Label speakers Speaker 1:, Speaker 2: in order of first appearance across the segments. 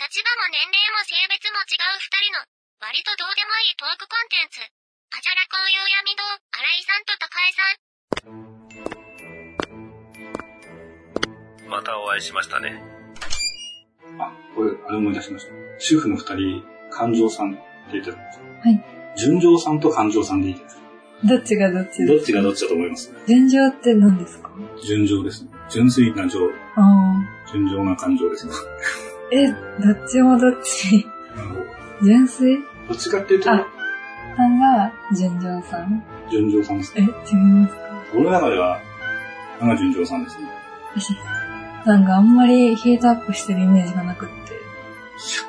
Speaker 1: 立場も年齢も性別も違う二人の、割とどうでもいいトークコンテンツ。あじゃら紅葉闇堂、新井さんと高江さん。
Speaker 2: またお会いしましたね。
Speaker 3: あ、これ、あれ思い出しました。主婦の二人、感情さんって言ってたんですよ。
Speaker 4: はい。
Speaker 3: 純情さんと感情さんでいいですか
Speaker 4: どっちがどっち
Speaker 3: どっちがどっちだと思います
Speaker 4: 順情って何ですか
Speaker 3: 純情ですね。純粋な情。
Speaker 4: あ
Speaker 3: 純情な感情ですね。
Speaker 4: あ。え、どっちもどっち。
Speaker 3: なるほど
Speaker 4: 純粋
Speaker 3: どっちかっていうと、
Speaker 4: あさんが純情さん
Speaker 3: 純情さんです
Speaker 4: え、違い
Speaker 3: ね。
Speaker 4: ますか
Speaker 3: 俺の中では、なんか純情さんですね。
Speaker 4: なんかあんまりヒートアップしてるイメージがなくって。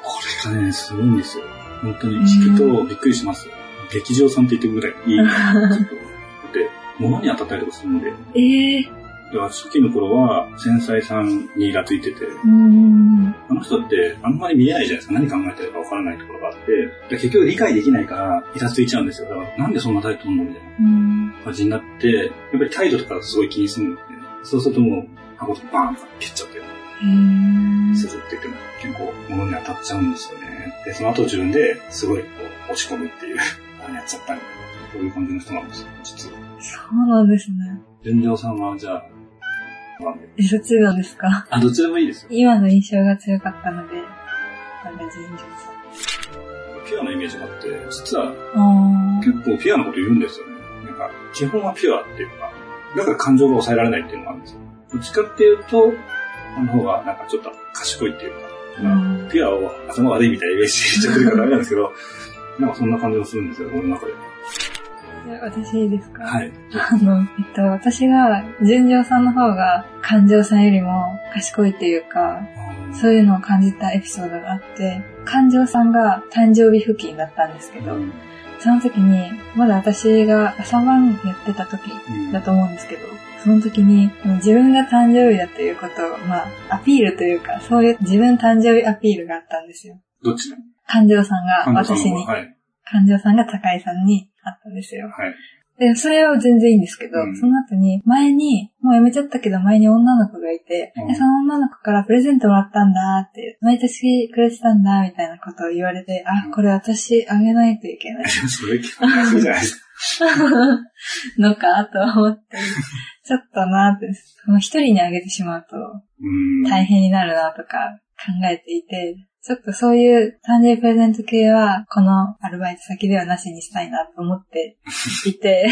Speaker 3: これがね、すごいんですよ。本当に聞くとびっくりしますよ。劇場さんって言ってくぐらいいい な、ちょっと。だって、物に当たったりとかするので。
Speaker 4: ええ
Speaker 3: だから初期の頃は、繊細さんにイラついてて、
Speaker 4: うーん。
Speaker 3: あの人ってあんまり見えないじゃないですか。何考えてるかわからないところがあって、だから結局理解できないから、イラついちゃうんですよ。だから、なんでそんな態度取んのみたいな
Speaker 4: うん。
Speaker 3: 感じになって、やっぱり態度とかすごい気にするんで、そうするともう、箱とバーンと蹴っちゃって、
Speaker 4: えー
Speaker 3: するって言っても、結構物に当たっちゃうんですよね。で、その後自分ですごいこう、落ち込むっていう、あれやっちゃったみたいな、そういう感じの人なんですよ、実は。
Speaker 4: そうなんですね。
Speaker 3: 純情さんは、じゃあ、なんで
Speaker 4: え、どっちなんですか
Speaker 3: あ、どっちでもいいですよ。
Speaker 4: 今の印象が強かったので、なんか純情さん。
Speaker 3: ピュアなイメージがあって、実は
Speaker 4: あ
Speaker 3: 結構ピュアなこと言うんですよね。なんか、基本はピュアっていうか、だから感情が抑えられないっていうのがあるんですよ。どっちかっていうと、あの方がなんかちょっと賢いっていうか、
Speaker 4: あ。うん。
Speaker 3: ピュアを頭悪いみたいなイメージで言っちゃってるからダメなんですけど、 なんかそんな感じがするんですよ、俺の中で。
Speaker 4: じゃあ私いいですか
Speaker 3: はい。
Speaker 4: あの、えっと、私が、純情さんの方が、感情さんよりも賢いっていうか、そういうのを感じたエピソードがあって、感情さんが誕生日付近だったんですけど、その時に、まだ私が朝晩やってた時だと思うんですけど、その時に、あの自分が誕生日だということを、まあ、アピールというか、そういう自分誕生日アピールがあったんですよ。
Speaker 3: どっちだ
Speaker 4: 感情さんが
Speaker 3: 神田さ
Speaker 4: 私
Speaker 3: んの
Speaker 4: に
Speaker 3: 方、はい。
Speaker 4: 感情さんが高井さんにあったんですよ。
Speaker 3: はい。
Speaker 4: で、それは全然いいんですけど、
Speaker 3: うん
Speaker 4: その後に、前に、もうやめちゃったけど前に女の子がいて、
Speaker 3: うん
Speaker 4: でその女の子からプレゼントもらったんだって、毎年くれてたんだ、みたいなことを言われて、
Speaker 3: う
Speaker 4: あ、
Speaker 3: ん
Speaker 4: これ私あげないといけない
Speaker 3: それ気がするじゃないですか。
Speaker 4: のか、と思って、ちょっとなって、その一人にあげてしまうと
Speaker 3: うん。
Speaker 4: 大変になるなとか考えていて、ちょっとそういう誕生日プレゼント系は、このアルバイト先ではなしにしたいなと思っていて、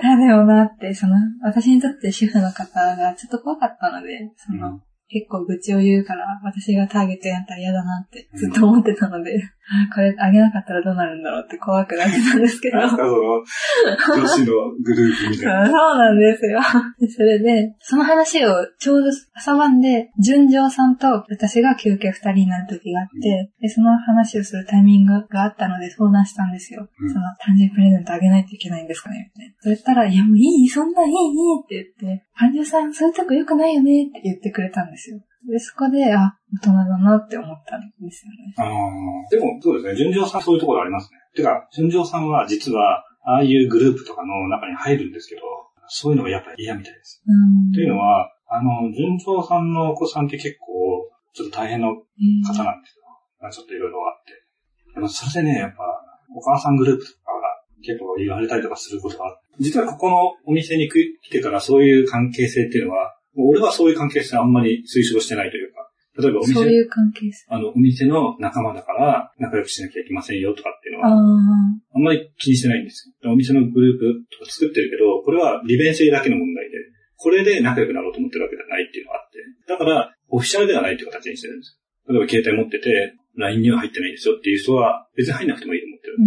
Speaker 4: あ、でもなって、その、私にとって主婦の方がちょっと怖かったので、その、結構愚痴を言うから、私がターゲットやったら嫌だなってずっと思ってたので、あこれあげなかったらどうなるんだろうって怖くなってたんですけど
Speaker 3: なん。すか、その、女子のグループみた
Speaker 4: そ
Speaker 3: いうな。
Speaker 4: なんですよ。で それで、その話をちょうど朝晩で、純情さんと私が休憩二人になる時があって、で、その話をするタイミングがあったので相談したんですよ。
Speaker 3: うん
Speaker 4: その誕生日プレゼントあげないといけないんですかねみたいな。そしたら、いやもういい、そんなんいい、いいって言って、感情さんそういうとこ良くないよねって言ってくれたんですよ。で、そこで、あ、大人だなって思ったんですよね。
Speaker 3: あーでも、そうですね。純情さんそういうところありますね。てか、純情さんは実は、ああいうグループとかの中に入るんですけど、そういうのがやっぱり嫌みたいです。
Speaker 4: うん。
Speaker 3: というのは、あの、純情さんのお子さんって結構、ちょっと大変な
Speaker 4: えー
Speaker 3: 方なんですよ。まあちょっといろいろあって。でもそれでね、やっぱ、お母さんグループとかが結構言われたりとかすることがある。実はここのお店に来てからそういう関係性っていうのは、もう俺はそういう関係性あんまり推奨してないというか、例えばお
Speaker 4: そうい
Speaker 3: 店、
Speaker 4: う関係性。
Speaker 3: あの、お店の仲間だから仲良くしなきゃいけませんよとかっていうの
Speaker 4: あ
Speaker 3: は、
Speaker 4: あ。
Speaker 3: あんまり気にしてないんですよ。お店のグループとか作ってるけど、これは利便性だけの問題で、これで仲良くなろうと思ってるわけじゃないっていうのがあって、だから、オフィシャルではないっていう形にしてるんですよ。例えば携帯持ってて、LINE には入ってないですよっていう人は、別に入んなくてもいいと思ってる。
Speaker 4: う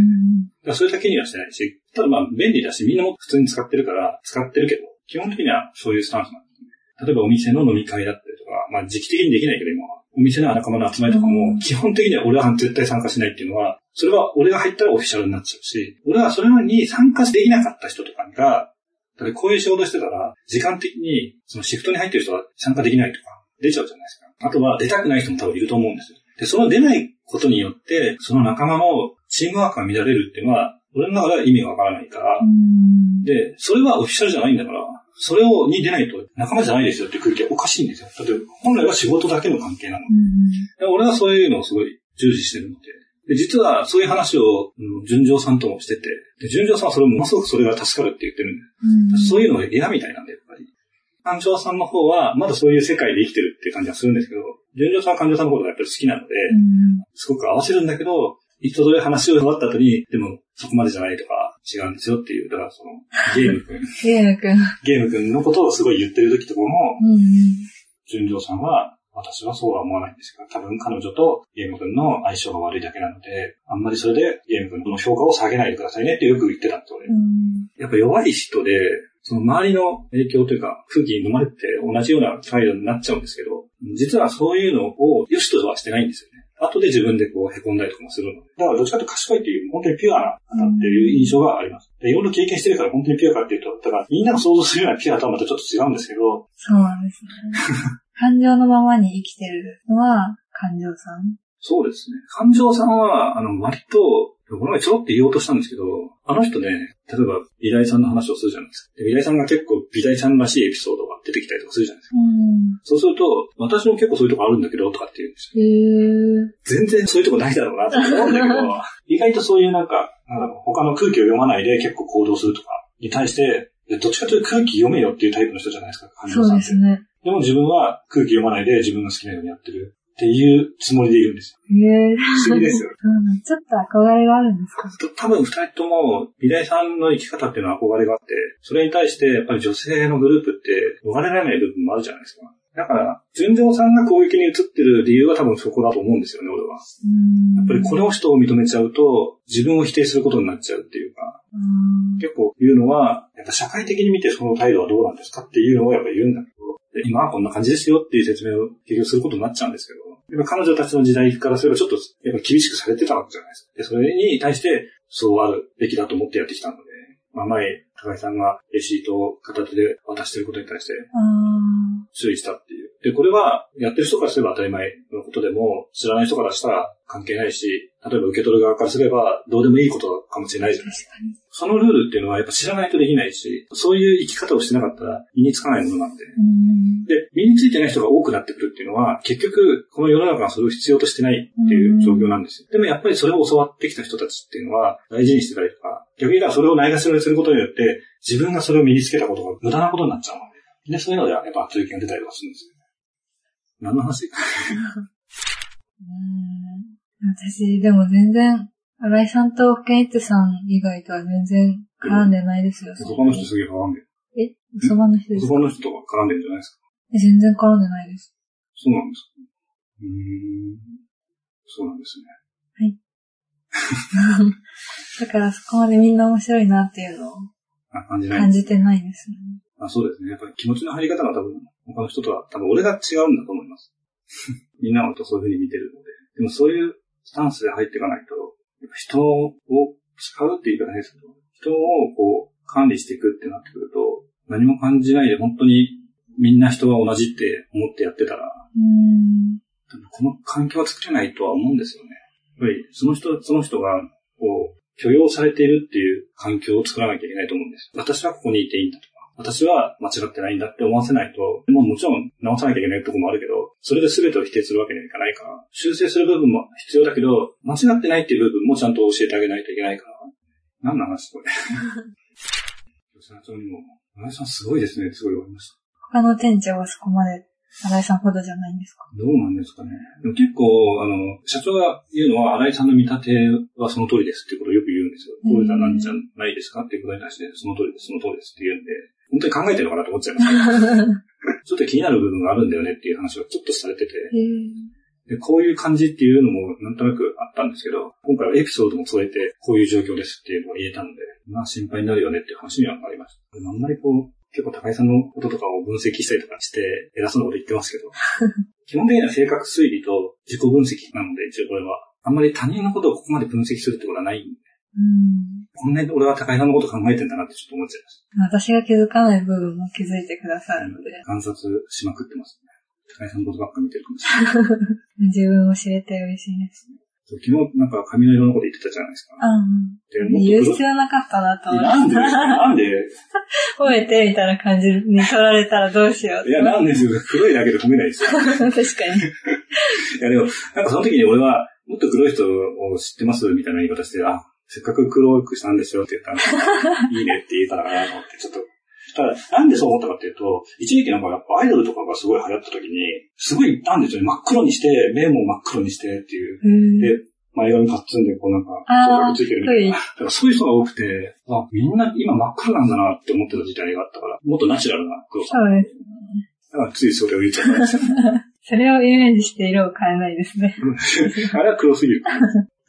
Speaker 3: だ
Speaker 4: ん。
Speaker 3: からそれだけにはしてないし、ただまあ便利だし、みんなも普通に使ってるから、使ってるけど、基本的にはそういうスタンスなんですね。例えばお店の飲み会だったりとか、まあ時期的にできないけど今は、お店の仲間の集まりとか
Speaker 4: うん
Speaker 3: も、基本的には俺は絶対参加しないっていうのは、それは俺が入ったらオフィシャルになっちゃうし、俺はそれに参加できなかった人とかが、だってこういう仕事してたら、時間的に、そのシフトに入ってる人は参加できないとか、出ちゃうじゃないですか。あとは出たくない人も多分いると思うんですよ。で、その出ないことによって、その仲間のチームワークが乱れるっていうのは、俺の中では意味がわからないから、
Speaker 4: うん
Speaker 3: で、それはオフィシャルじゃないんだから、それを、に出ないと仲間じゃないですよっていう空気はおかしいんですよ。だって、本来は仕事だけの関係なの。で俺はそういうのをすごい重視してるので。で、実はそういう話を、うん、純情さんともしてて、で純情さんはそれものすごくそれが助かるって言ってるんでそういうのが嫌みたいなんで、やっぱり。感情さんの方は、まだそういう世界で生きてるって感じがするんですけど、純情さんは感情さんのことがやっぱり好きなので、すごく合わせるんだけど、一通り話を終わった後に、でもそこまでじゃないとか、違うんですよっていう、だからその、ゲーム 君、
Speaker 4: ゲームくん。
Speaker 3: ゲーム君のことをすごい言ってる時とかも、
Speaker 4: うん
Speaker 3: 純情さんは、私はそうは思わないんですけど、多分彼女とゲーム君の相性が悪いだけなので、あんまりそれでゲーム君の評価を下げないでくださいねってよく言ってたって俺
Speaker 4: う。ん
Speaker 3: やっぱ弱い人で、その周りの影響というか、空気に飲まれて同じような態度になっちゃうんですけど、実はそういうのを良しとはしてないんですよね。後で自分でこう凹んだりとかもするので。だからどっちかというと賢いっていう、本当にピュアな方っていう印象があります。で、いろいろ経験してるから本当にピュアかっていうと、だからみんなが想像するようなピュアとはまたちょっと違うんですけど、
Speaker 4: そうなんですね。感情のままに生きてるのは、感情さん。
Speaker 3: そうですね。感情さんは、あの、割と、この前ちょろって言おうとしたんですけど、あの人ね、例えば、美大さんの話をするじゃないですか。で美大さんが結構美大さんらしいエピソードが出てきたりとかするじゃないですか。
Speaker 4: うん。
Speaker 3: そうすると、私も結構そういうとこあるんだけど、とかって言うんですよ。
Speaker 4: へ
Speaker 3: 全
Speaker 4: え。
Speaker 3: 然そういうとこないだろうな、とか思うんだけ ど、意外とそういうなんか、なんだろう、他の空気を読まないで結構行動するとかに対して、でどっちかというと空気読めよっていうタイプの人じゃないですか、感情
Speaker 4: そう
Speaker 3: さん
Speaker 4: で
Speaker 3: って。
Speaker 4: すね。
Speaker 3: でも自分は空気読まないで自分が好きなようにやってるっていうつもりでいるんです よ。
Speaker 4: へえ。
Speaker 3: 不思議ですよ。
Speaker 4: うんちょっと憧れがあるんですか
Speaker 3: 多分二人とも、美大さんの生き方っていうのは憧れがあって、それに対してやっぱり女性のグループって逃れられない部分もあるじゃないですか。だから、純情さんが攻撃に移ってる理由は多分そこだと思うんですよね、俺は。
Speaker 4: や
Speaker 3: やっぱりこの人を認めちゃうと、自分を否定することになっちゃうっていうか、結構言うのは、やっぱ社会的に見てその態度はどうなんですかっていうのをやっぱ言うんだけど、で今はこんな感じですよっていう説明を結局することになっちゃうんですけど、やっぱ彼女たちの時代からすればちょっとやっぱ厳しくされてたわけじゃないですか。で、それに対して、そうあるべきだと思ってやってきたので、まあ前、高井さんがレシートを片手で渡してることに対して、
Speaker 4: ああ
Speaker 3: 注意したっていう。で、これは、やってる人からすれば当たり前のことでも、知らない人からしたら関係ないし、例えば受け取る側からすれば、どうでもいいことかもしれないじゃないですか。
Speaker 4: 確かに。
Speaker 3: そのルールっていうのはやっぱ知らないとできないし、そういう生き方をしてなかったら身につかないものなんで。
Speaker 4: うん
Speaker 3: で、身についてない人が多くなってくるっていうのは、結局、この世の中はそれを必要としてないっていう状況なんですよ。でもやっぱりそれを教わってきた人たちっていうのは、大事にしてたりとか、逆に言えばそれをないがしろにすることによって、自分がそれを身につけたことが無駄なことになっちゃうので。で、そういうので、やっぱ圧力が出たりとかするんですよ。何の 話
Speaker 4: うん私、でも全然、新井さんとケンイッツさん以外とは全然絡んでないですよ。
Speaker 3: 男の人すげえ絡んでる。
Speaker 4: えそばの人ですか
Speaker 3: 男の人とか絡んでるんじゃないですか。
Speaker 4: え全然絡んでないです。
Speaker 3: そうなんですか。うーん。そうなんですね。
Speaker 4: だからそこまでみんな面白いなっていうのを
Speaker 3: あ感じない
Speaker 4: 感じてないですね。
Speaker 3: あ、そうですね。やっぱり気持ちの入り方が多分、他の人とは、多分俺が違うんだと思います。 みんなのことそういう風に見てるので。でもそういうスタンスで入っていかないと、やっぱ人を使うって言い方変ですけど、人をこう管理していくってなってくると、何も感じないで本当にみんな人が同じって思ってやってたら、
Speaker 4: うん。
Speaker 3: 多分この環境は作れないとは思うんですよね。やっぱりその人、その人が、こう、許容されているっていう環境を作らなきゃいけないと思うんです。私はここにいていいんだとか、私は間違ってないんだって思わせないと、まあもちろん直さなきゃいけないところもあるけど、それで全てを否定するわけにはいかないから、修正する部分も必要だけど、間違ってないっていう部分もちゃんと教えてあげないといけないから、何の話これ。吉田町にも、村井さんすごいですね、すごい思いました。
Speaker 4: 他の店長はそこまで新井さんほどじゃないんです か
Speaker 3: どうなんですかね。でも結構、あの、社長が言うのは、新井さんの見立てはその通りですっていうことをよく言うんですよ。
Speaker 4: うん
Speaker 3: こういうのは何じゃないですかっていうことに対して、その通りです、その通りですって言うんで、本当に考えてるのかなと思っちゃいます。ちょっと気になる部分があるんだよねっていう話をちょっとされてて、
Speaker 4: へえ
Speaker 3: でこういう感じっていうのもなんとなくあったんですけど、今回はエピソードも添えて、こういう状況ですっていうのが言えたので、まあ心配になるよねっていう話にはなりました。でもあんまりこう、結構高井さんのこととかを分析したりとかして、偉そうなこと言ってます けど、基本的には性格推理と自己分析なので、一応これは。あんまり他人のことをここまで分析するってことはないんで、
Speaker 4: うん。
Speaker 3: こんなに俺は高井さんのこと考えてんだなってちょっと思っちゃいまし
Speaker 4: 私が気づかない部分も気づいてくださるので、
Speaker 3: た。観察しまくってますね。高井さんのことばっか見てるかもしれない。
Speaker 4: 自分を知れて嬉しいです。
Speaker 3: そう昨日なんか髪の色のこと言ってたじゃないですか。
Speaker 4: あ
Speaker 3: で
Speaker 4: ー言う
Speaker 3: もっと
Speaker 4: 必要なかったなと
Speaker 3: 黒い
Speaker 4: 思
Speaker 3: なん
Speaker 4: っ
Speaker 3: で なんで
Speaker 4: て。褒めてみたいな感じに取られたらどうしよう。
Speaker 3: いや、なんですよ。黒いだけで褒めないですよ。
Speaker 4: 確かに。
Speaker 3: いや、でも、なんかその時に俺は、もっと黒い人を知ってますみたいな言い方して、あ、せっかく黒くしたんですよって言ったら、いいねって言えたらなと思って、ちょっと。ただ、なんでそう思ったかっていうと、一時期なんかやっぱアイドルとかがすごい流行った時に、すごいいたんですよね。真っ黒にして、目も真っ黒にしてっていう。
Speaker 4: うん
Speaker 3: で前髪かっつんで、こうなんか、
Speaker 4: あー
Speaker 3: ついてるみた
Speaker 4: 黒
Speaker 3: い
Speaker 4: い
Speaker 3: な。だからそういう人が多くて、あ、みんな今真っ黒なんだなって思ってた時代があったから、もっとナチュラルな黒さ。
Speaker 4: そうです。
Speaker 3: だからついそれを言っちゃったんですよ。
Speaker 4: それをイメージして色を変えないですね。
Speaker 3: あれは黒すぎる。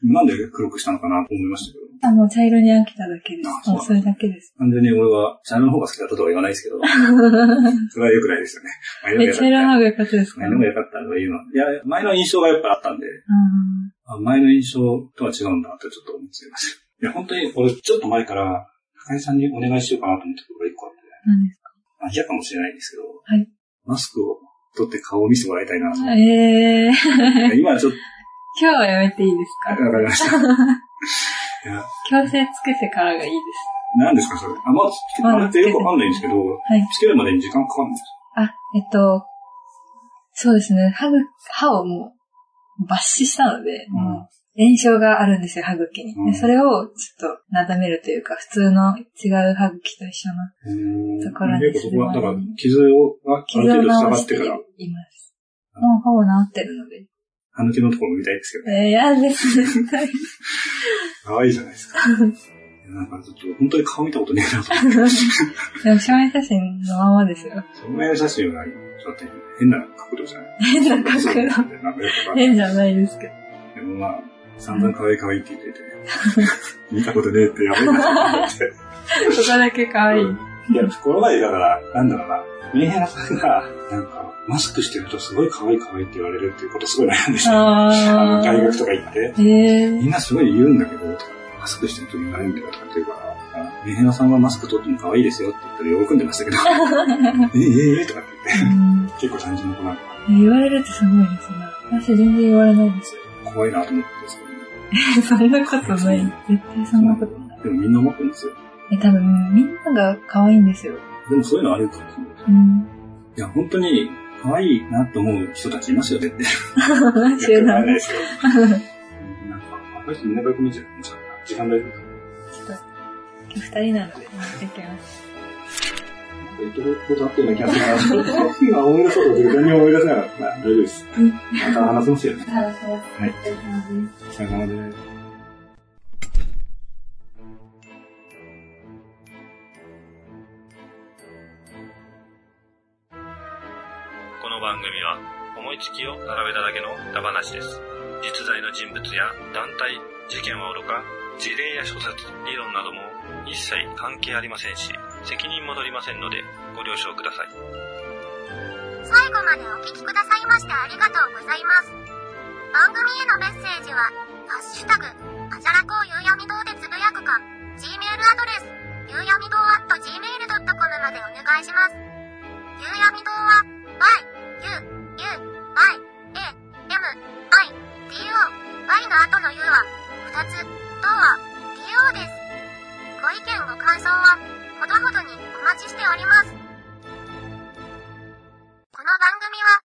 Speaker 3: なんで黒くしたのかなと思いましたけど。
Speaker 4: あ、もう茶色に飽きただけで
Speaker 3: あ
Speaker 4: す。
Speaker 3: そう
Speaker 4: もうそれだけです。
Speaker 3: 完全に俺は、茶色の方が好きだったとは言わないです けど、それは良くないですよね。前
Speaker 4: え、
Speaker 3: の
Speaker 4: 茶色の
Speaker 3: が良かっ
Speaker 4: 方が良かったです
Speaker 3: た。
Speaker 4: か
Speaker 3: 前のが良かったとか言うの。いや、前の印象がやっぱあったんで、
Speaker 4: うん
Speaker 3: あ前の印象とは違うんだってちょっと思っちゃいました。いや、本当に俺ちょっと前から、高井さんにお願いしようかなと思ったことが一個あって、
Speaker 4: 何です
Speaker 3: まあ嫌かもしれないですけど、
Speaker 4: はい
Speaker 3: マスクを取って顔を見せてもらいたいなと思
Speaker 4: か
Speaker 3: って。
Speaker 4: えー、
Speaker 3: い や今はちょっと、
Speaker 4: 今日はやめていいです
Speaker 3: あわ
Speaker 4: か
Speaker 3: かりました。いや、
Speaker 4: 強制つけてからがいいです。
Speaker 3: 何ですかそれ。あ、まあ、つけてもらってよくわかんないんですけど、
Speaker 4: はい。
Speaker 3: つけるまでに時間かかるんです
Speaker 4: あ、えっと、そうですね。歯ぐ、歯をもう、抜歯したので、
Speaker 3: うん
Speaker 4: もう、炎症があるんですよ、歯茎に。
Speaker 3: うん
Speaker 4: でそれを、ちょっと、なだめるというか、普通の違う歯茎と一緒の
Speaker 3: うーん
Speaker 4: だから
Speaker 3: 結構そこは、だ
Speaker 4: それ
Speaker 3: か
Speaker 4: は
Speaker 3: ら、傷を、あ
Speaker 4: 傷
Speaker 3: る程
Speaker 4: を
Speaker 3: 度
Speaker 4: 治
Speaker 3: 下がっ
Speaker 4: してて
Speaker 3: から、
Speaker 4: います。もうほぼ治ってるので。
Speaker 3: 歯抜けのところ見たいですけどね。
Speaker 4: えー、嫌 です ね。
Speaker 3: 可愛いじゃないですか。 なんかちょっと、本当に顔見たことねえなと思って。
Speaker 4: でも、証明写真のままですよ。
Speaker 3: その写真は、ちょっと変な角度じゃない
Speaker 4: 変な角
Speaker 3: そうなん
Speaker 4: 度。
Speaker 3: でなんかよくわかんない
Speaker 4: 変じゃないですけど。
Speaker 3: でもまあ、散々可愛い可愛いって言 ってて、見たことねえってやばいなと思って。
Speaker 4: そこだけ可愛い。
Speaker 3: いや、この前だから、なんだろうな、メンヘラさんが、なんか、マスクしてるとすごい可愛い可愛いって言われるっていうことすごい悩んでした。あ
Speaker 4: あ
Speaker 3: の、大学
Speaker 4: ー。
Speaker 3: とか行って。
Speaker 4: えー、
Speaker 3: みんなすごい言うんだけど、マスクしてると言われるんだよとかって言うから、あメンヘラさんはマスク取っても可愛いですよって言ったら喜んでましたけど、ええええとかって言って、
Speaker 4: うん
Speaker 3: 結構単純な子なんか
Speaker 4: 言われるってすごいですね。私全然言われないです。
Speaker 3: 怖いなと思ってですけどね。
Speaker 4: そんなことない。絶対そんなことない。
Speaker 3: でもみんな思ってるんですよ。
Speaker 4: え、多分みんなが可愛いんですよ。
Speaker 3: でもそういうのあるから、
Speaker 4: うん。
Speaker 3: いや、本当に可愛いなと思う人たちいますよねって。
Speaker 4: 集
Speaker 3: わか
Speaker 4: 団
Speaker 3: んない
Speaker 4: で。
Speaker 3: ですよ。なんか、あこの人みんな外国人じゃん。時間大丈夫か
Speaker 4: ちょっと、二人なので、申し訳ない。
Speaker 3: えっと、こうだったような気がするな。今思い出そうとする何も思い出せなかった。まあ大丈夫です。
Speaker 4: うん
Speaker 3: また話せますよね。
Speaker 4: あ、そう。
Speaker 3: はいお疲れ様です。
Speaker 2: この番組は思いつきを並べただけの歌話です実在の人物や団体事件はおろか事例や諸説理論なども一切関係ありませんし責任も取りませんのでご了承ください
Speaker 1: 最後までお聞きくださいましてありがとうございます。番組へのメッセージは、ハッシュタグ、あじゃらこうゆうやみ堂でつぶやくか、Gmail アドレス、ゆうやみ堂 at gmail.com までお願いします。ゆうやみ堂は、y, u, u, y, a, m, i, d, o, y の後の u は、2つ、とは、do です。ご意見ご感想は、ほどほどにお待ちしております。この番組は、